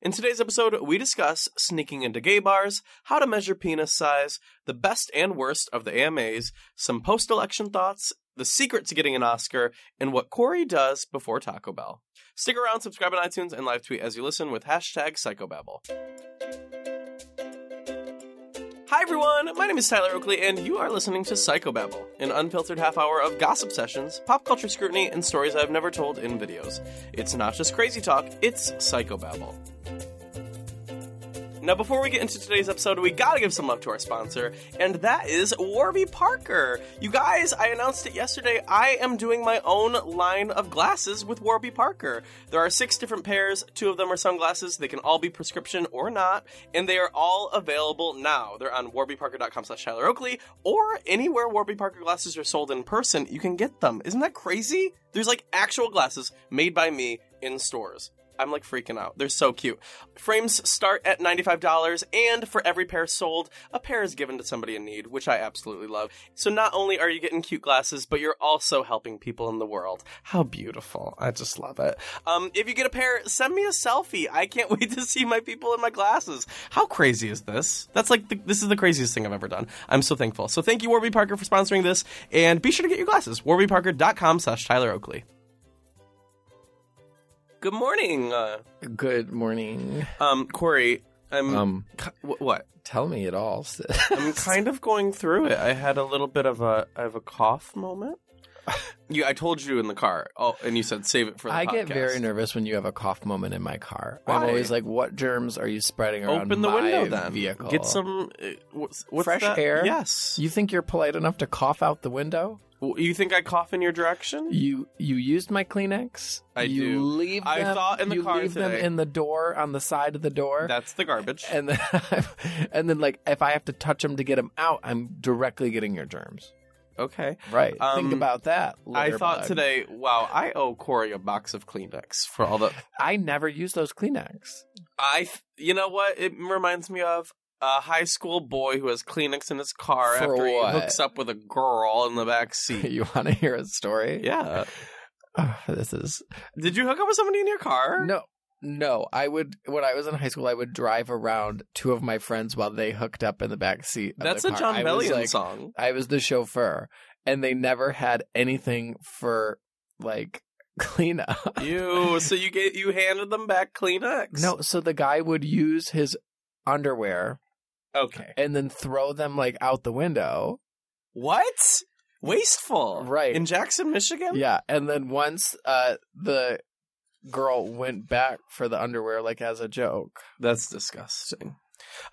In today's episode, we discuss sneaking into gay bars, how to measure penis size, the best and worst of the AMAs, some post election thoughts, the secret to getting an Oscar, and what Corey does before Taco Bell. Stick around, subscribe on iTunes, and live tweet as you listen with hashtag psychobabble. Hi everyone, my name is Tyler Oakley, and you are listening to Psychobabble, an unfiltered half hour of gossip sessions, pop culture scrutiny, and stories I've never told in videos. It's not just crazy talk, it's Psychobabble. Now, before we get into today's episode, we gotta give some love to our sponsor, and that is Warby Parker. You guys, I announced it yesterday. I am doing my own line of glasses with Warby Parker. There are six different pairs, two of them are sunglasses. They can all be prescription or not, and they are all available now. They're on warbyparker.com slash Tyler Oakley, or anywhere Warby Parker glasses are sold in person, you can get them. Isn't that crazy? There's like actual glasses made by me in stores. I'm like freaking out. They're so cute. Frames start at $95, and for every pair sold, a pair is given to somebody in need, which I absolutely love. So not only are you getting cute glasses, but you're also helping people in the world. How beautiful. I just love it. Um, if you get a pair, send me a selfie. I can't wait to see my people in my glasses. How crazy is this? That's like, the, this is the craziest thing I've ever done. I'm so thankful. So thank you, Warby Parker, for sponsoring this, and be sure to get your glasses. warbyparker.com slash Tyler Oakley. Good morning. Uh, Good morning. Um, Corey, I'm Um, ki- wh- what? tell me it all. sis. Mm. I'm kind of going through it. I had a little bit of a I have a cough moment. You, I told you in the car. Oh, and you said save it for the I get podcast. very nervous when you have a cough moment in my car. Why? I'm always like, "What germs are you spreading around Open the my window then. vehicle? Get some uh, what's, what's Fresh that? air? Yes. You think you're polite enough to cough out the window? You, you think I cough in your direction? You you used my Kleenex. I you do. Leave I them- thought in the you car leave them today. in the door on the side of the door. That's the garbage. and then, and then, like, if I have to touch them to get them out, I'm directly getting your germs. Okay. Right. Um, Think about that. I litter thought bug. today, wow, I owe Corey a box of Kleenex for all the I never use those Kleenex. I, th- you know what? It reminds me of a high school boy who has Kleenex in his car For after what? he hooks up with a girl in the back seat. you want to hear a story? yeah. Oh, this is Did you hook up with somebody in your car? no, no. I would when I was in high school, I would drive around two of my friends while they hooked up in the back seat. of That's the a car. John I was, Bellion like- song. I was the chauffeur, and they never had anything for like cleanup. You so you get you handed them back Kleenex. no, so the guy would use his underwear Okay. and then throw them like out the window. What? Wasteful. Right. In Jackson, Michigan. Yeah, and then once uh, the girl went back for the underwear, like as a joke. That's disgusting.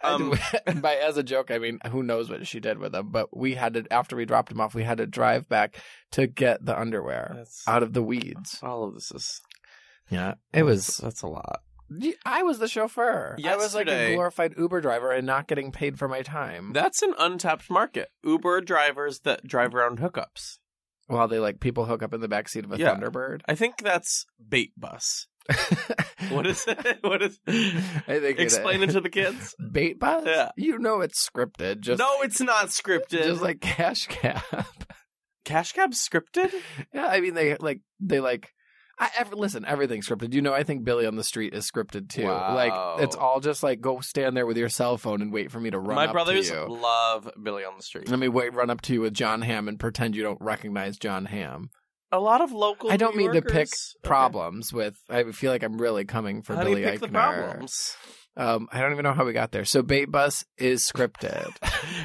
Um, Um, by as a joke, I mean who knows what she did with them. But we had to after we dropped him off, we had to drive back to get the underwear that's- out of the weeds. all of this is Yeah, it was. uh, that's a lot. I was the chauffeur. I was like Yesterday- a glorified Uber driver and not getting paid for my time. That's an untapped market. Uber drivers that drive around hookups. While they like people hook up in the backseat of a Yeah. Thunderbird. I think that's bait bus. What is it? What is? I think Explain it to the kids. bait bus. Yeah. you know it's scripted. Just no, it's not scripted. just like cash cab. Cash Cab's scripted. Yeah, I mean they like they like. I ever listen. Everything's scripted. You know, I think Billy on the Street is scripted too. Wow. Like it's all just like go stand there with your cell phone and wait for me to run. My up brothers To you. love Billy on the Street. Let me wait, run up to you with John Hamm and pretend you don't recognize John Hamm. A lot of local. I don't New mean to pick Yorkers- Okay. Problems with. I feel like I'm really coming for How do Billy you pick the Eichner. problems? Um, I don't even know how we got there. So Bait Bus is scripted.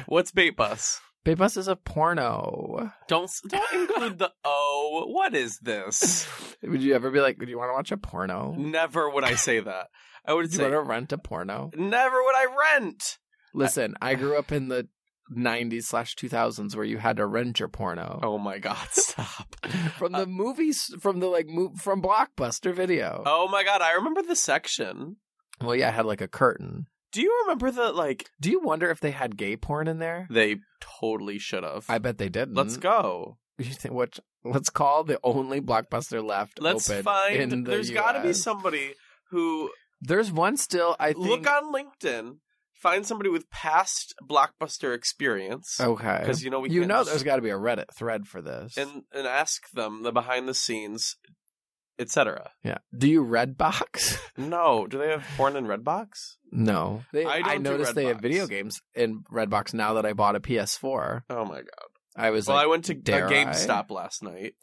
What's bait bus? Bait Bus is a porno. Don't s- don't include the O. What is this? Would you ever be like, "Do you want to watch a porno? Never would I say that. I would Do you say want to rent a porno?" never would I rent. Listen, I grew up in the 90s slash 2000s where you had to rent your porno Oh Uh, my god! Stop. from the movies, from the like mo- from Blockbuster Video. Oh my god! I remember the section. Well, yeah, it had like a curtain. Do you remember the like? Do you wonder if they had gay porn in there? They totally should have. I bet they didn't. Let's go. You think what? Let's call the only Blockbuster left. Let's open find. in the There's got to be US. somebody who There's one still. I think. look on LinkedIn, find somebody with past blockbuster experience, Oh, okay. because you know we You can know, just- there's got to be a Reddit thread for this. and and ask them the behind the scenes etc. Yeah. Do you red box? No, do they have porn in Redbox? No. They, I I, don't do noticed they Redbox. have video games in Redbox now that I bought a PS4. Oh my god. I was Well, like, I went to a dare I? GameStop last night.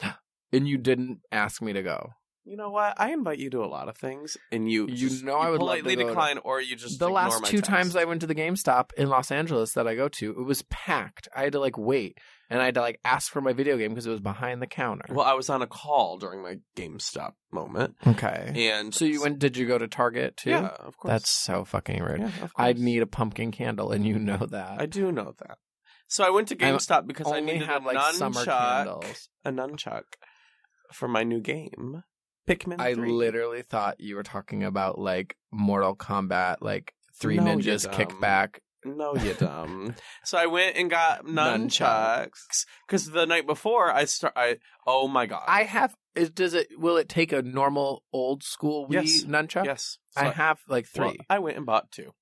and you didn't ask me to go. You know what? I invite you to a lot of things, and you You just- know I would love to politely go to- decline, or you just the ignore last my two text. times I went to the GameStop in Los Angeles that I go to, it was packed. I had to like wait and I had to like ask for my video game because it was behind the counter. Well, I was on a call during my GameStop moment, okay. and So you went? Did you go to Target too? Yeah, of course. That's so fucking rude. yeah, of course. I need a pumpkin candle, and you know that. I do know that. So I went to I'm- GameStop because I only needed have a like nunchuck, summer candles. a nunchuck for my new game, Pikmin. I 3. literally thought you were talking about like Mortal Kombat, like three No, you ninjas dumb. kickback. No, you dumb. so I went and got Nunchucks. nunchucks because the night before I start. I oh my god. I have. Is, does it? Will it take a normal old school Wii Yes. nunchuck? yes, I So- have like three. well, I went and bought two.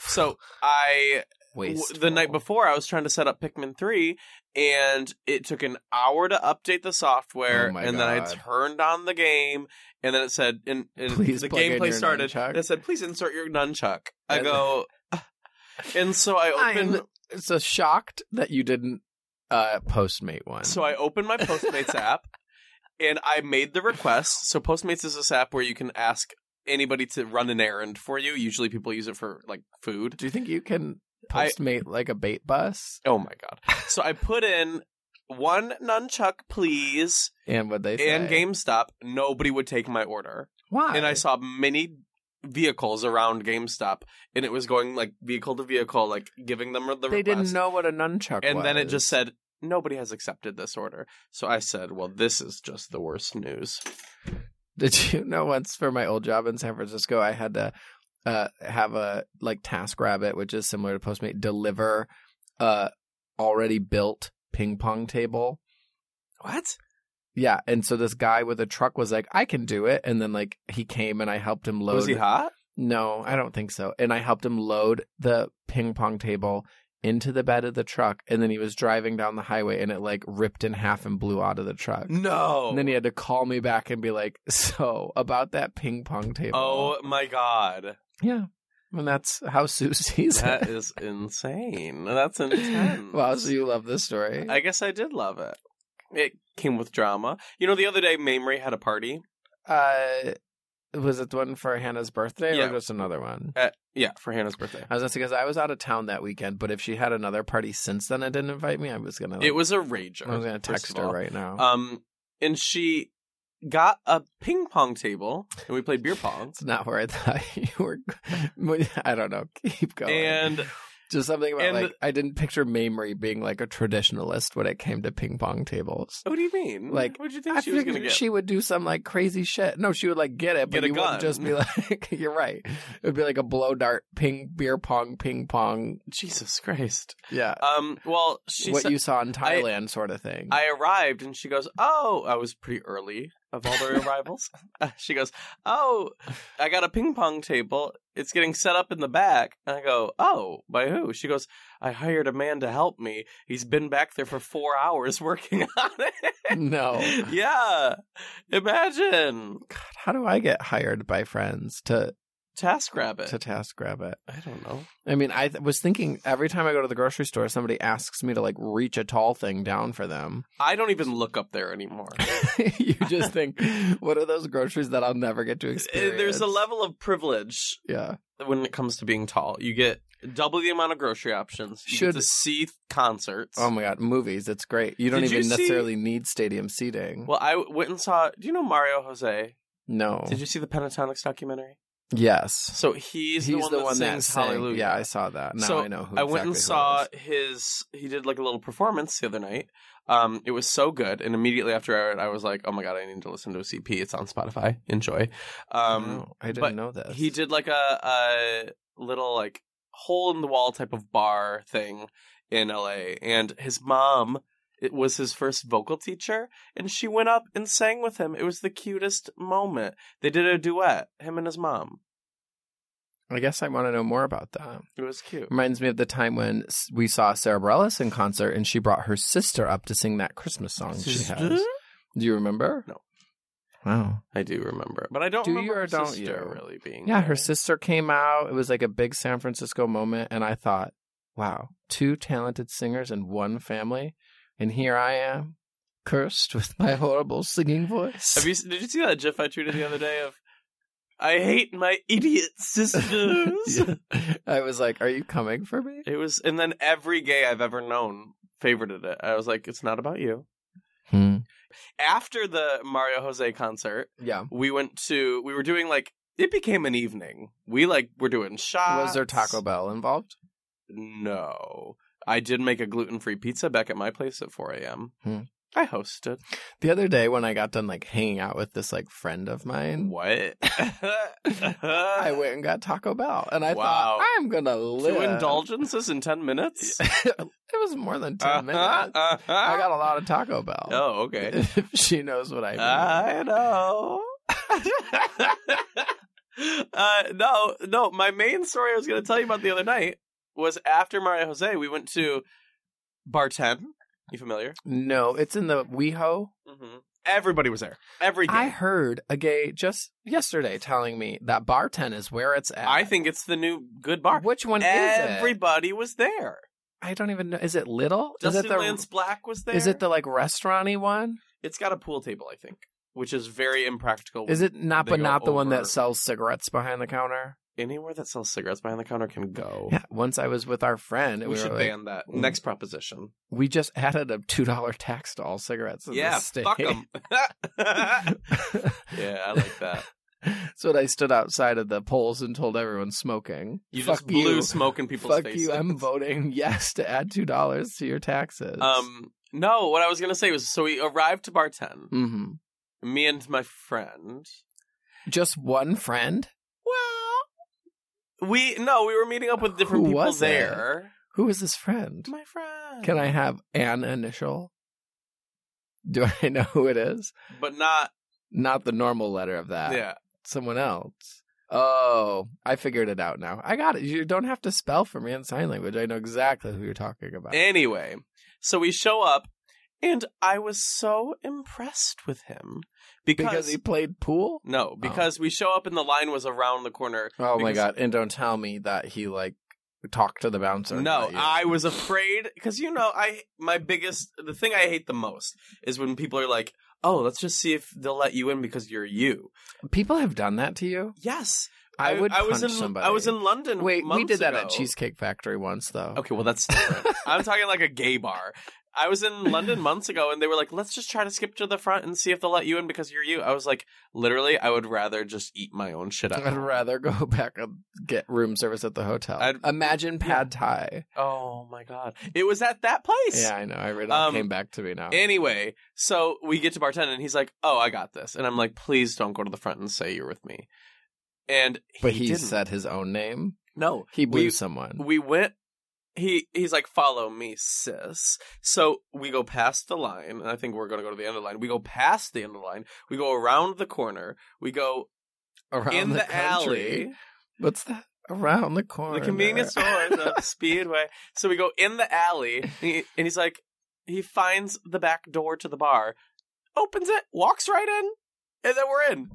So I w- Wasteful. the night before I was trying to set up Pikmin 3 and it took an hour to update the software Oh my and then I God. turned on the game and then it said and, and Please the plug in gameplay your started nunchuck. and it said please insert your nunchuck. I And- go and so I opened I'm so shocked that you didn't uh, postmate one. So I opened my Postmates app and I made the request. So Postmates is this app where you can ask anybody to run an errand for you. Usually people use it for like food. do you think you can I- postmate like a bait bus? Oh my god. So I put in one nunchuck please And what they say? and GameStop. Nobody would take my order. Why? And I saw many vehicles around GameStop and it was going like vehicle to vehicle like giving them the they request. didn't know what a nunchuck was. And then it just said nobody has accepted this order. So I said, well this is just the worst news. Did you know once for my old job in San Francisco, I had to uh, have a like TaskRabbit, which is similar to Postmate, deliver a already built ping pong table. What? Yeah, and so this guy with a truck was like, "I can do it," and then like he came and I helped him load. Was he hot? No, I don't think so. And I helped him load the ping pong table into the bed of the truck, and then he was driving down the highway, and it like ripped in half and blew out of the truck. No. And then he had to call me back and be like, "So about that ping pong table?" oh my god. yeah. And that's how Sue sees it. That is insane. That's intense. wow, so you love this story? I guess I did love it. It came with drama. You know, the other day Mamrie had a party. uh, was it the one for Hannah's birthday Yeah. or just another one? Yeah, for Hannah's birthday. I was gonna say because I was out of town that weekend, but if she had another party since then and didn't invite me, I was gonna. It was a rager. I was gonna first text of her all. right now. Um, and she got a ping pong table, and we played beer pong. It's not where I thought you were. I don't know. Keep going. and just something about and- like I didn't picture Mamrie being like a traditionalist when it came to ping pong tables. what do you mean? Like, what did you think I she was gonna figured get? she would do some like crazy shit. No, she would like get it, but Get a you wouldn't gun. just be like, "You're right." It would be like a blow dart, ping, beer pong, ping pong. Jesus Christ. Yeah, Um. Well, she what said, you saw in Thailand, sort of thing. I arrived and she goes, Oh, I was pretty early of all the arrivals. Uh, she goes, Oh, I got a ping pong table. It's getting set up in the back. And I go, Oh, by who? She goes, I hired a man to help me. He's been back there for four hours working on it. no, Oh. yeah. Imagine. God, how do I get hired by friends to TaskRabbit. to task rabbit? I don't know. I mean, I th- was thinking every time I go to the grocery store, somebody asks me to like reach a tall thing down for them. I don't even look up there anymore. Uh, you just think, what are those groceries that I'll never get to experience? Eh, There's a level of privilege Yeah. when it comes to being tall. You get double the amount of grocery options. You Should- get to see th- concerts. Oh my God. Movies. It's great. You don't Did you even see- necessarily need stadium seating. well, I w- went and saw. Do you know Mario Jose? no. Did you see the Pentatonics documentary? yes. So he's, the one, that, sings sang- Hallelujah. Yeah, I saw that. Now So I know who I went and exactly who it saw is. his. He did like a little performance the other night. Um, it was so good, and immediately after I heard, I was like, "Oh my god, I need to listen to a CP. It's on Spotify. Enjoy." Um, Oh, I didn't but know this. he did like a, a little like hole in the wall type of bar thing in LA and his mom it was his first vocal teacher and she went up and sang with him it was the cutest moment they did a duet him and his mom I guess I want to know more about that. it was cute Reminds me of the time when s- we saw Sarah Bareilles in concert and she brought her sister up to sing that Christmas song she has. Do you remember? No. Wow. I do remember, but I don't Do you remember her or don't sister you? really being. Yeah, there. her sister came out. It was like a big San Francisco moment, and I thought, wow, two talented singers in one family, and here I am, cursed with my horrible singing voice. Have you did you see that GIF I tweeted the other day of? I hate my idiot sisters. Yeah. I was like, are you coming for me? It was, and then every gay I've ever known favorited it. I was like, it's not about you. Hmm. After the Mario Jose concert, Yeah. we went to, we were doing like, it became an evening. We like were doing shots. Was there Taco Bell involved? No, I did make a gluten free pizza back at my place at 4 a.m. Hmm. I hosted. The other day when I got done like hanging out with this like friend of mine, What? I I went and got Taco Bell, and I Wow. thought I'm gonna live. Two indulgences in 10 minutes? it was more than 10 Uh-huh, minutes. uh-huh. I got a lot of Taco Bell. Oh, okay. If she knows what I mean. I know. uh, no, no. My main story I was going to tell you about the other night was after Mario Jose, we went to Bar 10. You familiar? no, it's in the WeHo. Mm-hmm. Everybody was there. Every game. I I, heard a gay just yesterday telling me that Bar 10 is where it's at. think it's the new good bar. Which one is it? Everybody was there. I don't even know. Is it Little? Justin is it the Lance Black was there. Is it the like restaurant-y one? It's got a pool table, I think, which is very impractical. Is it not They but go not the one over- that sells cigarettes behind the counter? anywhere that sells cigarettes behind the counter can go? Yeah. Once I was with our friend and We we, should were like, ban that. Mm. Next proposition. we just added a two dollar tax to all cigarettes in Yeah, the state. fuck them. yeah, I like that. So when I stood outside of the polls and told everyone smoking. You fuck just blew you. smoke in people's Fuck faces. you. I'm voting yes to add two dollars to your taxes. um, no, what I was gonna say was, so we arrived to bar ten. hmm Me and my friend. just one friend. Well, we no, we were meeting up with different Who people was it? there. Who is this friend? My friend. Can I have an initial? Do I know who it is? But not. Not the normal letter of that. yeah. someone else. Oh, I figured it out now. I got it. You don't have to spell for me in sign language. I know exactly who you're talking about. Anyway, so we show up, and I was so impressed with him because. because he played pool? no, because we show up and the line was around the corner. Oh my Because- god. And don't tell me that he like talked to the bouncer. No, about you. I was afraid because you know I my biggest the thing I hate the most is when people are like, "Oh, let's just see if they'll let you in because you're you." people have done that to you. Yes, I, would I was punch in somebody. I was in London. Wait, we months did that at ago. Cheesecake Factory once though. Okay, well that's different. I'm talking like a gay bar. I was in London months ago, and they were like, "Let's just try to skip to the front and see if they'll let you in because you're you." I was like, literally, I would rather just eat my own shit up. I'd rather go back and get room service at the hotel. I'd- Imagine pad thai. Oh my god, it was at that place. Yeah, I know. I read it all Um, came back to me now. Anyway, so we get to bartend and he's like, "Oh, I got this," and I'm like, "Please don't go to the front and say you're with me." And but he, didn't. said his own name. "No." He blew We- someone. We went. He he's like, "Follow me, sis." So we go past the line, and I think we're gonna go to the end of the line. We go past the end of the line. We go around the corner. We go around in the, the, country. alley. What's that? Around the corner. The convenience store is a speedway. So we go in the alley, and, he- and he's like, he finds the back door to the bar, opens it, walks right in, and then we're in.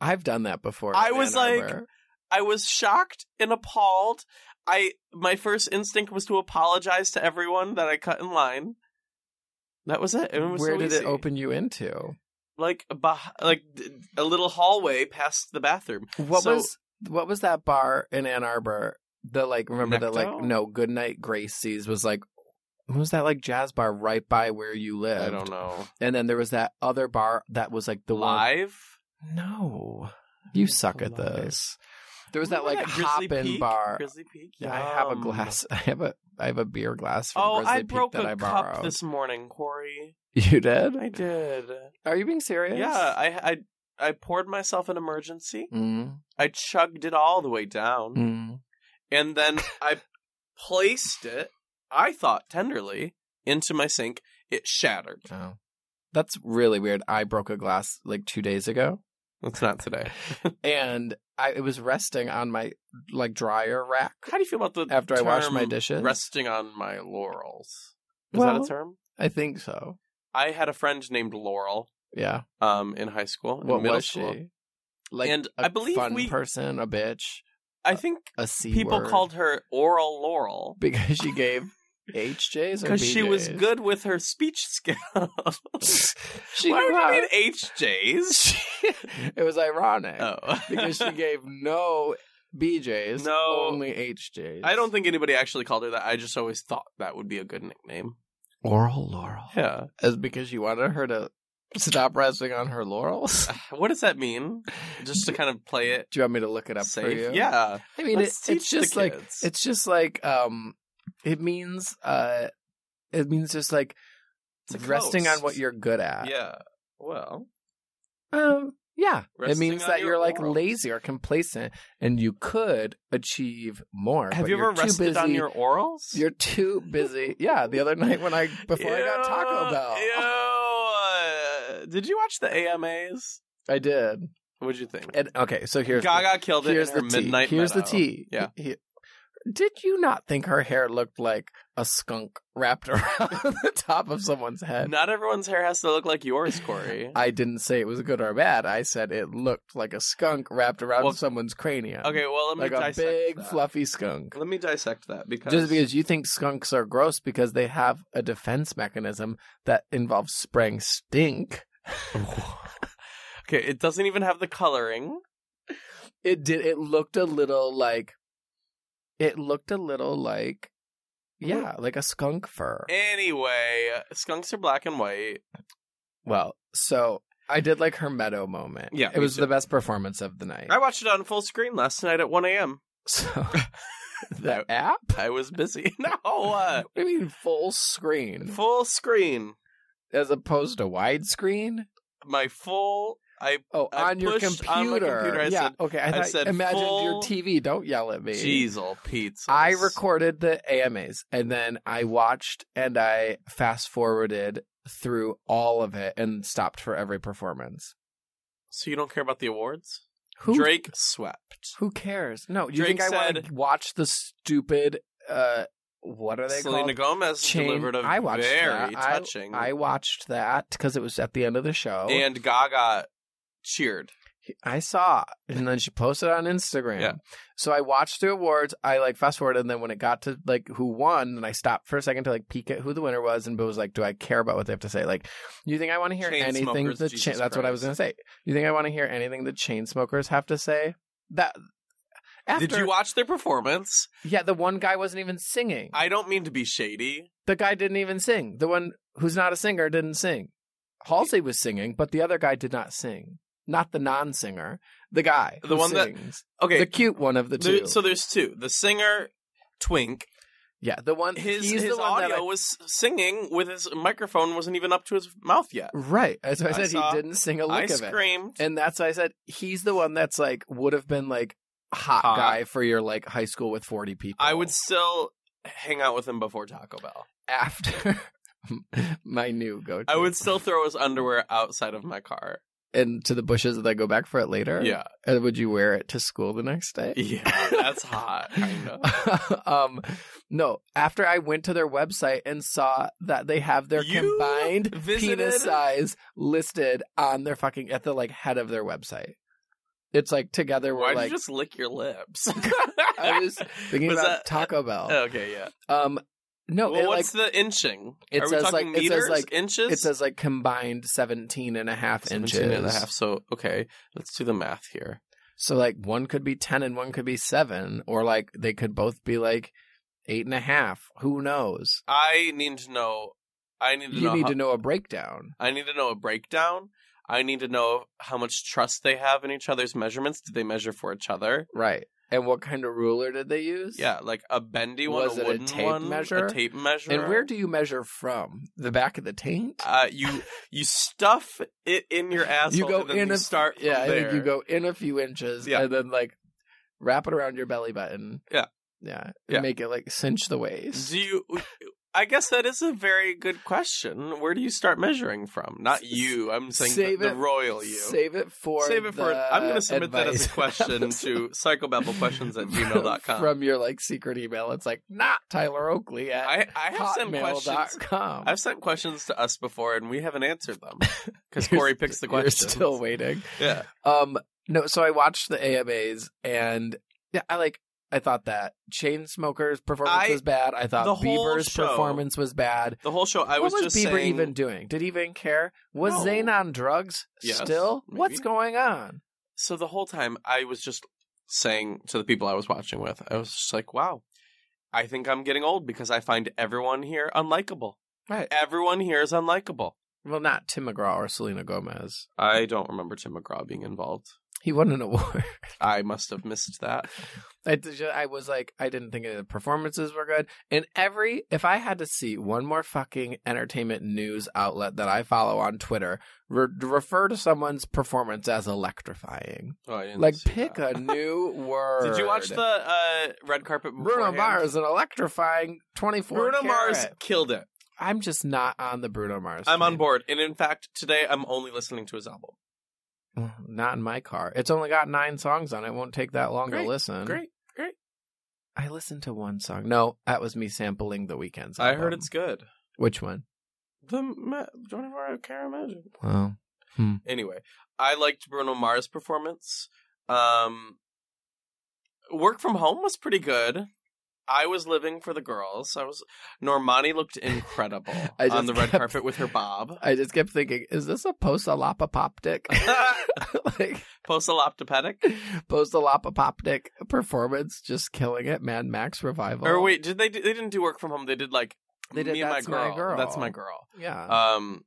I've done that before. I in was Ann like- Arbor. I was shocked and appalled. I my first instinct was to apologize to everyone that I cut in line. That was it. it was where so did easy. it open you into? Like a bah- like d- a little hallway past the bathroom. What So- was what was that bar in Ann Arbor? The like remember that like Necto? no Goodnight Gracie's was like what was that like jazz bar right by where you lived? I don't know. And then there was that other bar that was like the Live. one. No, you suck at Live. this. There was that Remember like Grizzly hop in Peak? bar. Grizzly Peak. Yeah, I have a Yum. glass. I have a I have a beer glass from Oh, Grizzly I Peak broke that a I borrowed. cup this morning, Corey. You did? I did. Are you being serious? Yeah, I I I poured myself an emergency. Mm, I chugged it all the way down. mm. and then I placed it, I thought tenderly, into my sink. It shattered. Oh. That's really weird. I broke a glass like two days ago, That's not today. and I it was resting on my like dryer rack. How do you feel about the After I wash term my dishes? Resting on my laurels. Is that Well- a term? I think so. I had a friend named Laurel. Yeah. um, in high school, in What middle was school. she? Like And a I believe fun we- person, a bitch, I think a c people word. called her Oral Laurel because she gave HJs or because she was BJs? good with her speech skills. She Why knew how- would you mean HJs? it was ironic oh, because she gave no BJs, No. only HJs. I don't think anybody actually called her that. I just always thought that would be a good nickname. Oral Laurel. Yeah. Is because you wanted her to stop resting on her laurels. What does that mean? Just to kind of play it Do you want me to look it up for safe. you? Yeah. I mean, it, Let's teach it's the just like kids. it's just like um, it means uh, it means just like It's a resting on coast. what you're good at. Yeah. Well, Um, yeah. it Resting means on that your you're like laurels. lazy or complacent, and you could achieve more. have but you ever you're too rested on busy- your orals? You're too busy. Yeah, the other night when I before I got Taco Bell, Ew. Did you watch the AMAs? I did. What'd you think? And okay, so here's Gaga killed it here's in her the tea. midnight. Here's the Meadow. tea. Yeah. He- did you not think her hair looked like a skunk wrapped around the top of someone's head? Not everyone's hair has to look like yours, Corey. I didn't say it was good or bad. I said it looked like a skunk wrapped around Well, someone's cranium. okay, well let me like a dissect big that. fluffy skunk. Let me dissect that because Just because you think skunks are gross because they have a defense mechanism that involves spraying stink. okay, it doesn't even have the coloring. it did it looked a little like it looked a little like yeah like a skunk fur Eh. Anyway, skunks are black and white. well so i did like her meadow moment Yeah, it me was too. the best performance of the night I watched it on full screen last night at 1 a.m. so the app I was busy. no, uh, i mean full screen full screen. as opposed to widescreen My full. I oh I on your pushed computer, on my computer, I yeah said- okay i, I thought, said imagine full- your tv don't yell at me Jeezle oh, pizza. I recorded the AMAs and then I watched and I fast forwarded through all of it and stopped for every performance. So you don't care about the awards? Who Drake swept. Who cares? No, you Drake think I want to said- watch the stupid uh what are they Selena called? Gomez Chain- delivered a I watched very that. I- touching. I watched that cuz it was at the end of the show. and Gaga cheered. I saw and then she posted it on Instagram. Yeah. So I watched the awards, I like fast forward and then when it got to like who won, and I stopped for a second to like peek at who the winner was and but was like, Do I care about what they have to say? Like, you think I want to hear Chainsmokers, anything the Jesus cha- that's what I was gonna Christ. say. You think I want to hear anything the chain smokers have to say? That after Did you watch their performance? Yeah, the one guy wasn't even singing. I don't mean to be shady. the guy didn't even sing. The one who's not a singer didn't sing. Halsey was singing, but the other guy did not sing. Not the non-singer, the guy, The who one that- sings. Okay, the cute one of the two. there- so there's two. The singer Twink. yeah, the one His he's his the one audio that I- was singing with his microphone wasn't even up to his mouth yet. right. As I I said, saw- he didn't sing a lick I of it, screamed. and that's why I said he's the one that's like would have been like hot, Hot. guy for your like high school with forty people. I would still hang out with him before Taco Bell. after my new go. I would still throw his underwear outside of my car. into the bushes and then go back for it later. Yeah, and would you wear it to school the next day? yeah, that's hot. Kind of. um, no. After I went to their website and saw that they have their You combined visited- penis size listed on their fucking at the like head of their website. It's like together we're Why'd like you just lick your lips? I was thinking Was about that- Taco Bell. Okay, yeah. um, no, well, Oh. it like what's the inching? it Are says, we like- talking it says, meters? like- inches? it says like combined 17 and a half 17 inches. and a half. So okay, let's do the math here. So like one could be 10 and one could be seven, or like they could both be like eight and a half. Who knows? I need to know. I need to You know. need how- to know a breakdown. I need to know a breakdown. I need to know how much trust they have in each other's measurements. Did they measure for each other? Right. And what kind of ruler did they use? Yeah, like a bendy one, Was a it a wooden tape one, measure? a tape measure. And where do you measure from? The back of the taint? uh, you you stuff it in your asshole? you go and then in you a start. from Yeah, I think there. you go in a few inches Yeah. and then like wrap it around your belly button. Yeah. Yeah. Yeah. Make it like cinch the waist. Do you? I guess that is a very good question. Where do you start measuring from? Not you. I'm saying Save the, the it- royal you. Save it for. Save it for. the I'm going to submit that as advice a question to psychobabelquestions at gmail.com. from your like secret email. It's like not Tyler Oakley at I, I have sent questions. hotmail.com. I've sent questions to us before and we haven't answered them because You're Corey picks the You're question. still waiting. yeah. Um, no, so I watched the AMAs and yeah, I like I thought that Chainsmokers' performance I- was bad. I thought the whole Bieber's show. performance was bad. The whole show. I what was, was just Bieber saying. even doing? Did he even care? Was No. Zayn on drugs Yes, still? maybe. What's going on? so the whole time I was just saying to the people I was watching with, I was just like, wow, I think I'm getting old because I find everyone here unlikable. Right. Everyone here is unlikable. Well, not Tim McGraw or Selena Gomez. I don't remember Tim McGraw being involved. He won an award. I must have missed that. I, did- I was like, I didn't think the performances were good. And every, if I had to see one more fucking entertainment news outlet that I follow on Twitter re- refer to someone's performance as electrifying, Oh, I didn't like see pick that. a new word. Did you watch the uh, red carpet? Bruno beforehand? Mars an electrifying twenty four? Bruno Mars killed it. I'm just not on the Bruno Mars. I'm on train. board, and in fact, today I'm only listening to his album. Not in my car. It's only got nine songs on it. it won't take that long Great, to listen. Great. I listened to one song. No, that was me sampling the weekends. I heard album. it's good. which one? The ma- don't ever care imagine. Well, anyway, I liked Bruno Mars' performance. Um, work from home was pretty good. I was living for the girls. I was Normani looked incredible I just on the red kept- carpet with her bob. I just kept thinking, is this a post-alopopoptic, like Post-aloptopetic? post-alopopoptic performance? Just killing it, Mad Max revival. Or wait, did they? do- They didn't do work from home. They did like They did me and my That's My girl. Girl. That's my girl. yeah, Um,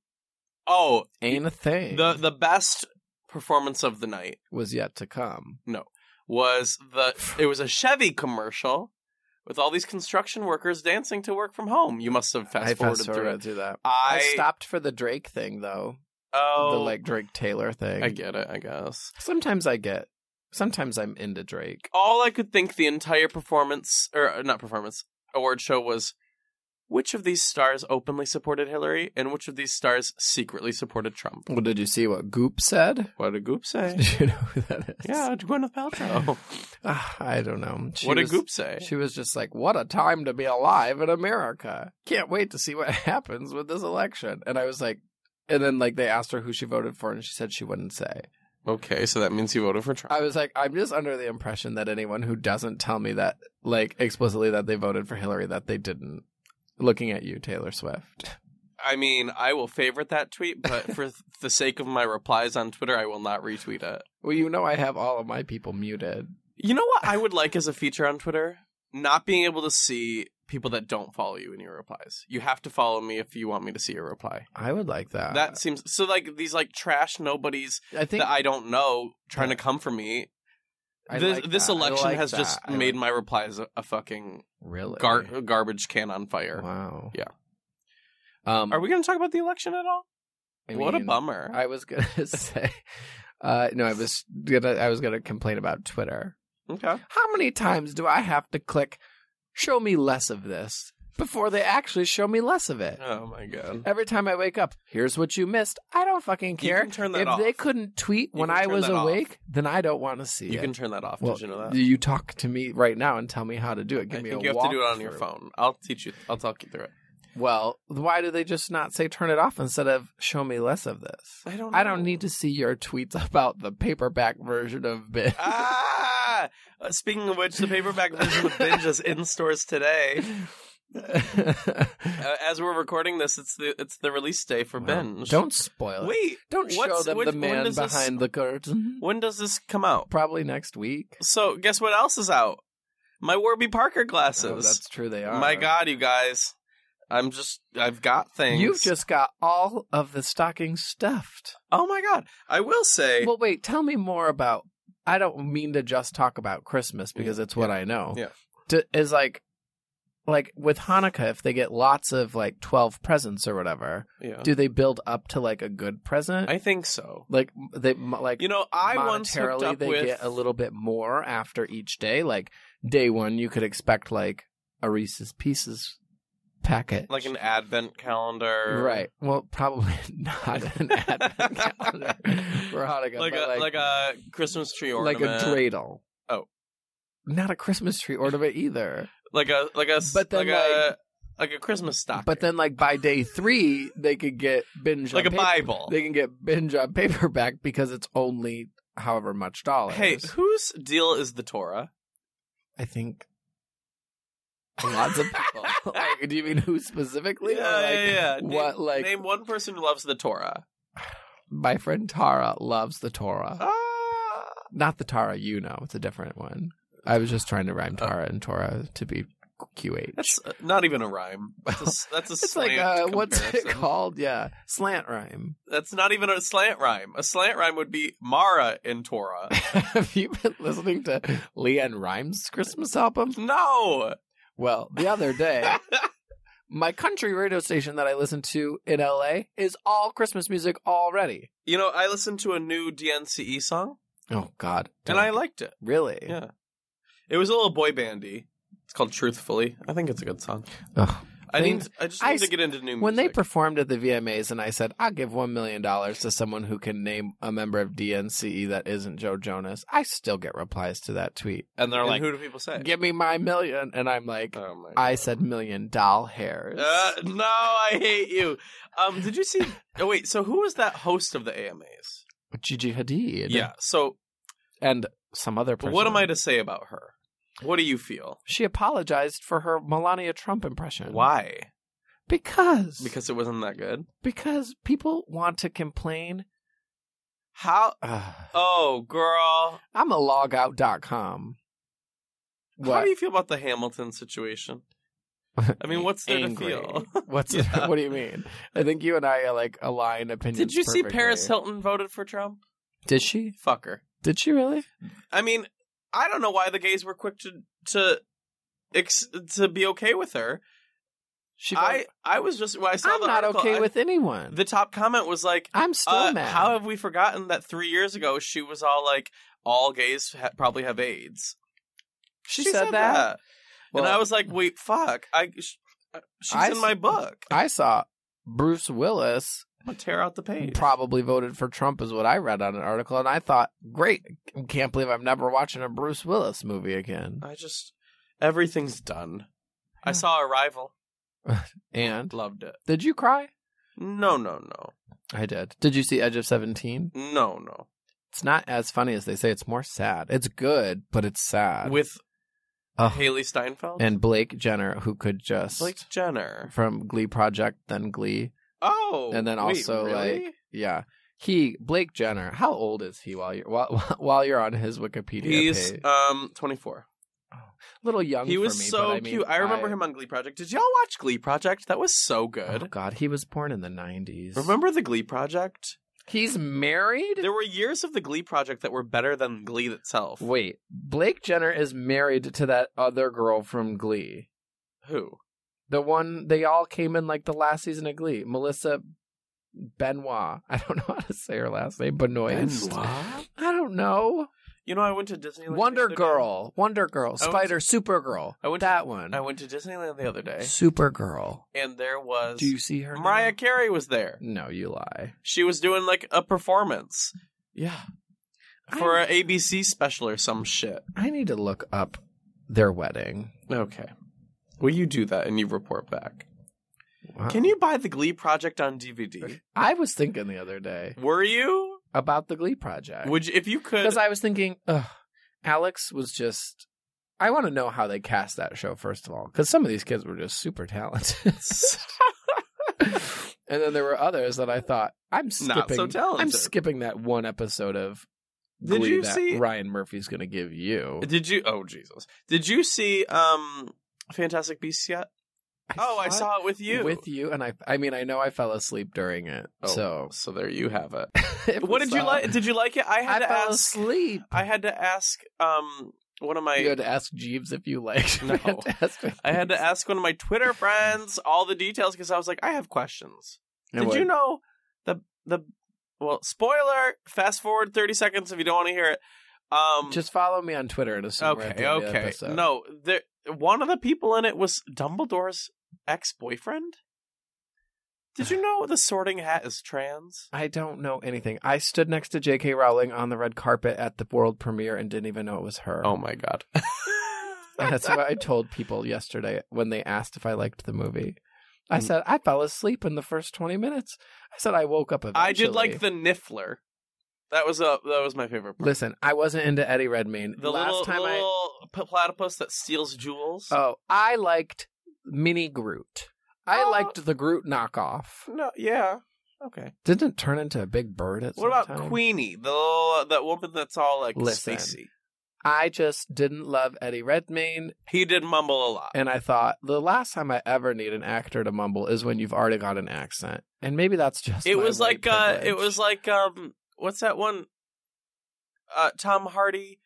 oh, ain't a thing the the best performance of the night was yet to come. was the it was a Chevy commercial with all these construction workers dancing to work from home. You must have fast I forwarded fast through it. forwarded through that. I, I stopped for the Drake thing though, Oh, the like Drake Taylor thing. I get it. I guess Sometimes I get. Sometimes I'm into Drake. all I could think the entire performance or uh, not performance award show was which of these stars openly supported Hillary and which of these stars secretly supported Trump. Well, did you see what Goop said? What did Goop say? Did you know who that is? yeah, Gwyneth Paltrow. Ah, I don't know. She what did was- Goop say? She was just like, "What a time to be alive in America! Can't wait to see what happens with this election." And I was like, and then like they asked her who she voted for, and she said she wouldn't say. okay, so that means you voted for Trump. I was like, I'm just under the impression that anyone who doesn't tell me that, like explicitly that they voted for Hillary, that they didn't. Looking at you, Taylor Swift. I mean, I will favorite that tweet, but for th- the sake of my replies on Twitter, I will not retweet it. Well, you know, I have all of my people muted. You know what I would like as a feature on Twitter? Not being able to see people that don't follow you in your replies. You have to follow me if you want me to see your reply. I would like that. that seems so like these like trash nobodies I Uh, think that I don't know trying to come for me. I this like this that. I election like has that. just I like- made my replies a, a fucking really gar- garbage can on fire. Wow. Yeah. Um, Are we going to talk about the election at all? I what a mean, bummer. I was gonna say, uh, no, I was gonna, I was gonna complain about Twitter. okay. How many times do I have to click, show me less of this before they actually show me less of it? Oh my god. Every time I wake up, here's what you missed. I don't fucking You care. can turn that If off. they couldn't tweet You when can I turn was that off. awake, then I don't want to see you it. can turn that off. well, Did you know that? do you talk to me right now and tell me how to do it? Give I me think a you have to do it on walkthrough. your phone. I'll teach you. I'll talk you through it. Well, why do they just not say turn it off instead of show me less of this? I don't. I don't know. need to see your tweets about the paperback version of Binge. ah! Uh, Speaking of which, the paperback version of Binge is in stores today. Uh, as we're recording this, it's the it's the release day for Binge. Don't spoil it. wait. don't show what's- them which- the when man does this- behind the curtain. When does this come out? Probably next week. So guess what else is out? My Warby Parker Oh, glasses. that's true. They are. My God, you guys! I'm just I've got things. You've just got all of the stocking stuffed. oh my God! I will say Well, wait. Tell me more about. I don't mean to just talk about Christmas because it's what I know. Yeah. D- is like, like with Hanukkah, if they get lots of like twelve presents or whatever, yeah. do they build up to like a good present? I think so. like they like You know, I once hooked monetarily up they with get a little bit more after each day. Like day one, you could expect like a Reese's Pieces package. like an advent calendar, Right. Well, probably not an advent calendar. Veronica, Like but a, like, a Christmas tree like ornament, a dreidel. Oh. Not a Christmas tree ornament either. like a like a But then, like, a like a Christmas stocking, But then like by day three they could get binge like a on paper- Bible. They can get binge on paperback because it's only however much dollars. Hey, whose deal is the Torah? I think lots of people. like, do you mean who specifically? Or, Yeah, like, yeah, yeah. Name- What like Name one person who loves the Torah. my friend Tara loves the Torah. Ah. Not the Tara you know. It's a different one. I was just trying to rhyme Tara and Torah to be QH. Uh. That's uh, not even a rhyme. That's a, s- that's a It's slant like uh, what's it comparison. called? Yeah, slant rhyme. That's not even a slant rhyme. A slant rhyme would be Mara in Torah. Have you been listening to Leanne Rhymes' Christmas album? no. Well, the other day, my country radio station that I listen to in LA is all Christmas music already. You know, I listened to a new DNCE E song Oh God! and I liked it. really? Yeah. It was a little boy bandy. It's called Truthfully. I think it's a good song. Ugh. I Things- need. I just need I to s- get into new music. When they performed at the VMAs, and I said I'll give one million dollars to someone who can name a member of DNCE E that isn't Joe Jonas, I still get replies to that tweet. and they're and like, who do people say? Give me my million, and I'm like, oh my I God. said million doll hairs. Uh, no, I hate you. Um, did you see? Oh wait, so who was that host of the AMAs? Gigi Hadid. Yeah. So and some other person. what am I to say about her? What do you feel? She apologized for her Melania Trump impression. Why? Because Because it wasn't that good. because people want to complain. How? Ugh. Oh, girl. I'm a logout.com. How What? do you feel about the Hamilton situation? I mean, what's there Angry. to feel? What's Yeah. what do you mean? I think you and I are like align opinions. Did you see perfectly. Paris Hilton voted for Trump? Did she? Fuck her. Did she really? I mean, I don't know why the gays were quick to to ex- to be okay with her. She. I I was just when I saw I'm the not article, okay I- with anyone. the top comment was like, I'm still uh, mad. "How have we forgotten that three years ago she was all like, all gays ha- probably have AIDS." she, said, that. Well, and I was like, "Wait, fuck! I sh- uh, she's I in s- my book. I saw Bruce Willis I'm gonna tear out the page." probably voted for Trump is what I read on an article, and I thought, great, can't believe I'm never watching a Bruce Willis movie again. I just everything's done. I Yeah. saw Arrival, And loved it. did you cry? No, no, no, I did. Did you see Edge of Seventeen? no, no. It's not as funny as they say. It's more sad. It's good, but it's sad. With Ugh. Haley Steinfeld Oh, and Blake Jenner, who could just Blake Jenner. from Glee Project, then Glee, Oh, and then wait, also really? like yeah. He Blake Jenner. How old is he? While you're while, while you're on his Wikipedia he's page, um 24. little young. He for was me, so but I mean, cute. I remember him on Glee Project. Did y'all watch Glee Project? That was so Oh good. God, he was born in the nineties. Remember the Glee Project? he's married. There were years of the Glee Project that were better than Glee itself. Wait, Blake Jenner is married to that other girl from Glee. Who? The one they all came in like the last season of Glee. Melissa Benoit. I don't know how to say her last name. Benoit. Benoit? I don't know. You know, I went to Disneyland. the Wonder other day. Girl. Wonder Girl. I went Spider. Supergirl. I went to- that one. I went to Disneyland the other day, Supergirl. and there was Do you see her? Mariah now? Carey was there. No, you lie. She was doing like a performance Yeah. for I, an ABC special or some shit. I need to look up their wedding. Okay. Will you do that and you report back? Wow. Can you buy the Glee Project on DVD? I was thinking the other day Were you? about the Glee project. Would you, if you could? because I was thinking, ugh, Alex was just. I want to know how they cast that show first of all, because some of these kids were just super talented, and then there were others that I thought I'm skipping. Not so talented. I'm skipping that one episode of. Did Glee you that see- Ryan Murphy's going to give you? Did you? Oh Jesus! Did you see um Fantastic Beasts yet? oh, I saw it with it you. with you, and I. I mean, I know I fell asleep during it, Oh, so. so there you have it. it what was, did you uh, like? Did you like it? I I had to fell ask. asleep. I had to ask. Um, one of my. you had to ask Jeeves if you liked. No. Fantastic I had to ask one of my Twitter friends all the details because I was like, I have questions. No Did way. you know the the well spoiler? Fast forward thirty seconds if you don't want to hear it. Um, Just follow me on Twitter and assume we're at okay, the end of the okay. episode. No, there. One of the people in it was Dumbledore's ex boyfriend? Did you know the sorting hat is trans? I don't know anything. I stood next to J.K. Rowling on the red carpet at the world premiere and didn't even know it was her. Oh my god. That's what I told people yesterday when they asked if I liked the movie. I Mm. said I fell asleep in the first twenty minutes. I said I woke up eventually. I did like the Niffler. That was a that was my favorite part. Listen, I wasn't into Eddie Redmayne. The last little, time little p- platypus that steals jewels. I oh, I liked Mini Groot. I Oh. liked the Groot knockoff. no, yeah. Okay. Didn't it turn into a big bird What at some about time? Queenie, the little, that woman that's all like Listen. spacey? I just didn't love Eddie Redmayne, He did mumble a lot. and I thought the last time I ever need an actor to mumble is when you've already got an accent, and maybe that's just it my was white like uh, it privilege. was like um, what's that one? Uh, Tom Hardy,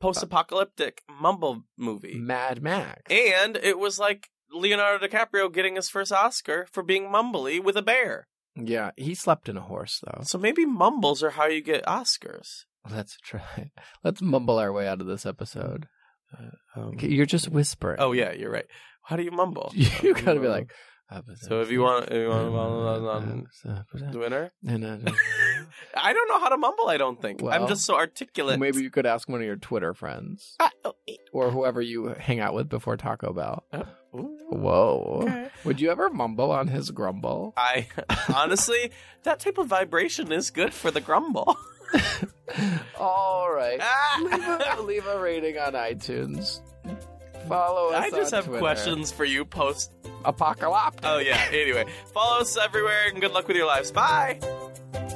post-apocalyptic mumble movie, Mad Max. and it was like Leonardo DiCaprio getting his first Oscar for being mumbly with a bear. yeah, he slept in a horse though. So maybe mumbles are how you get Oscars. Let's try. Let's mumble our way out of this episode. Um, Okay, You're just whispering. oh yeah, you're right. How do you mumble? you gotta be like. So if you want, if you want to mumble on the winner, I don't know how to mumble. I don't think I'm Well, just so articulate. Maybe you could ask one of your Twitter friends Ah, oh, eh, or whoever you hang out with before Taco Bell. ooh, Whoa. okay. Would you ever mumble on his grumble? I honestly, that type of vibration is good for the grumble. All right. leave, a, Ah! leave a rating on iTunes. Follow us. I just on have Twitter. questions for you post. Apocalypse. Oh, yeah. Anyway, follow us everywhere and good luck with your lives. Bye.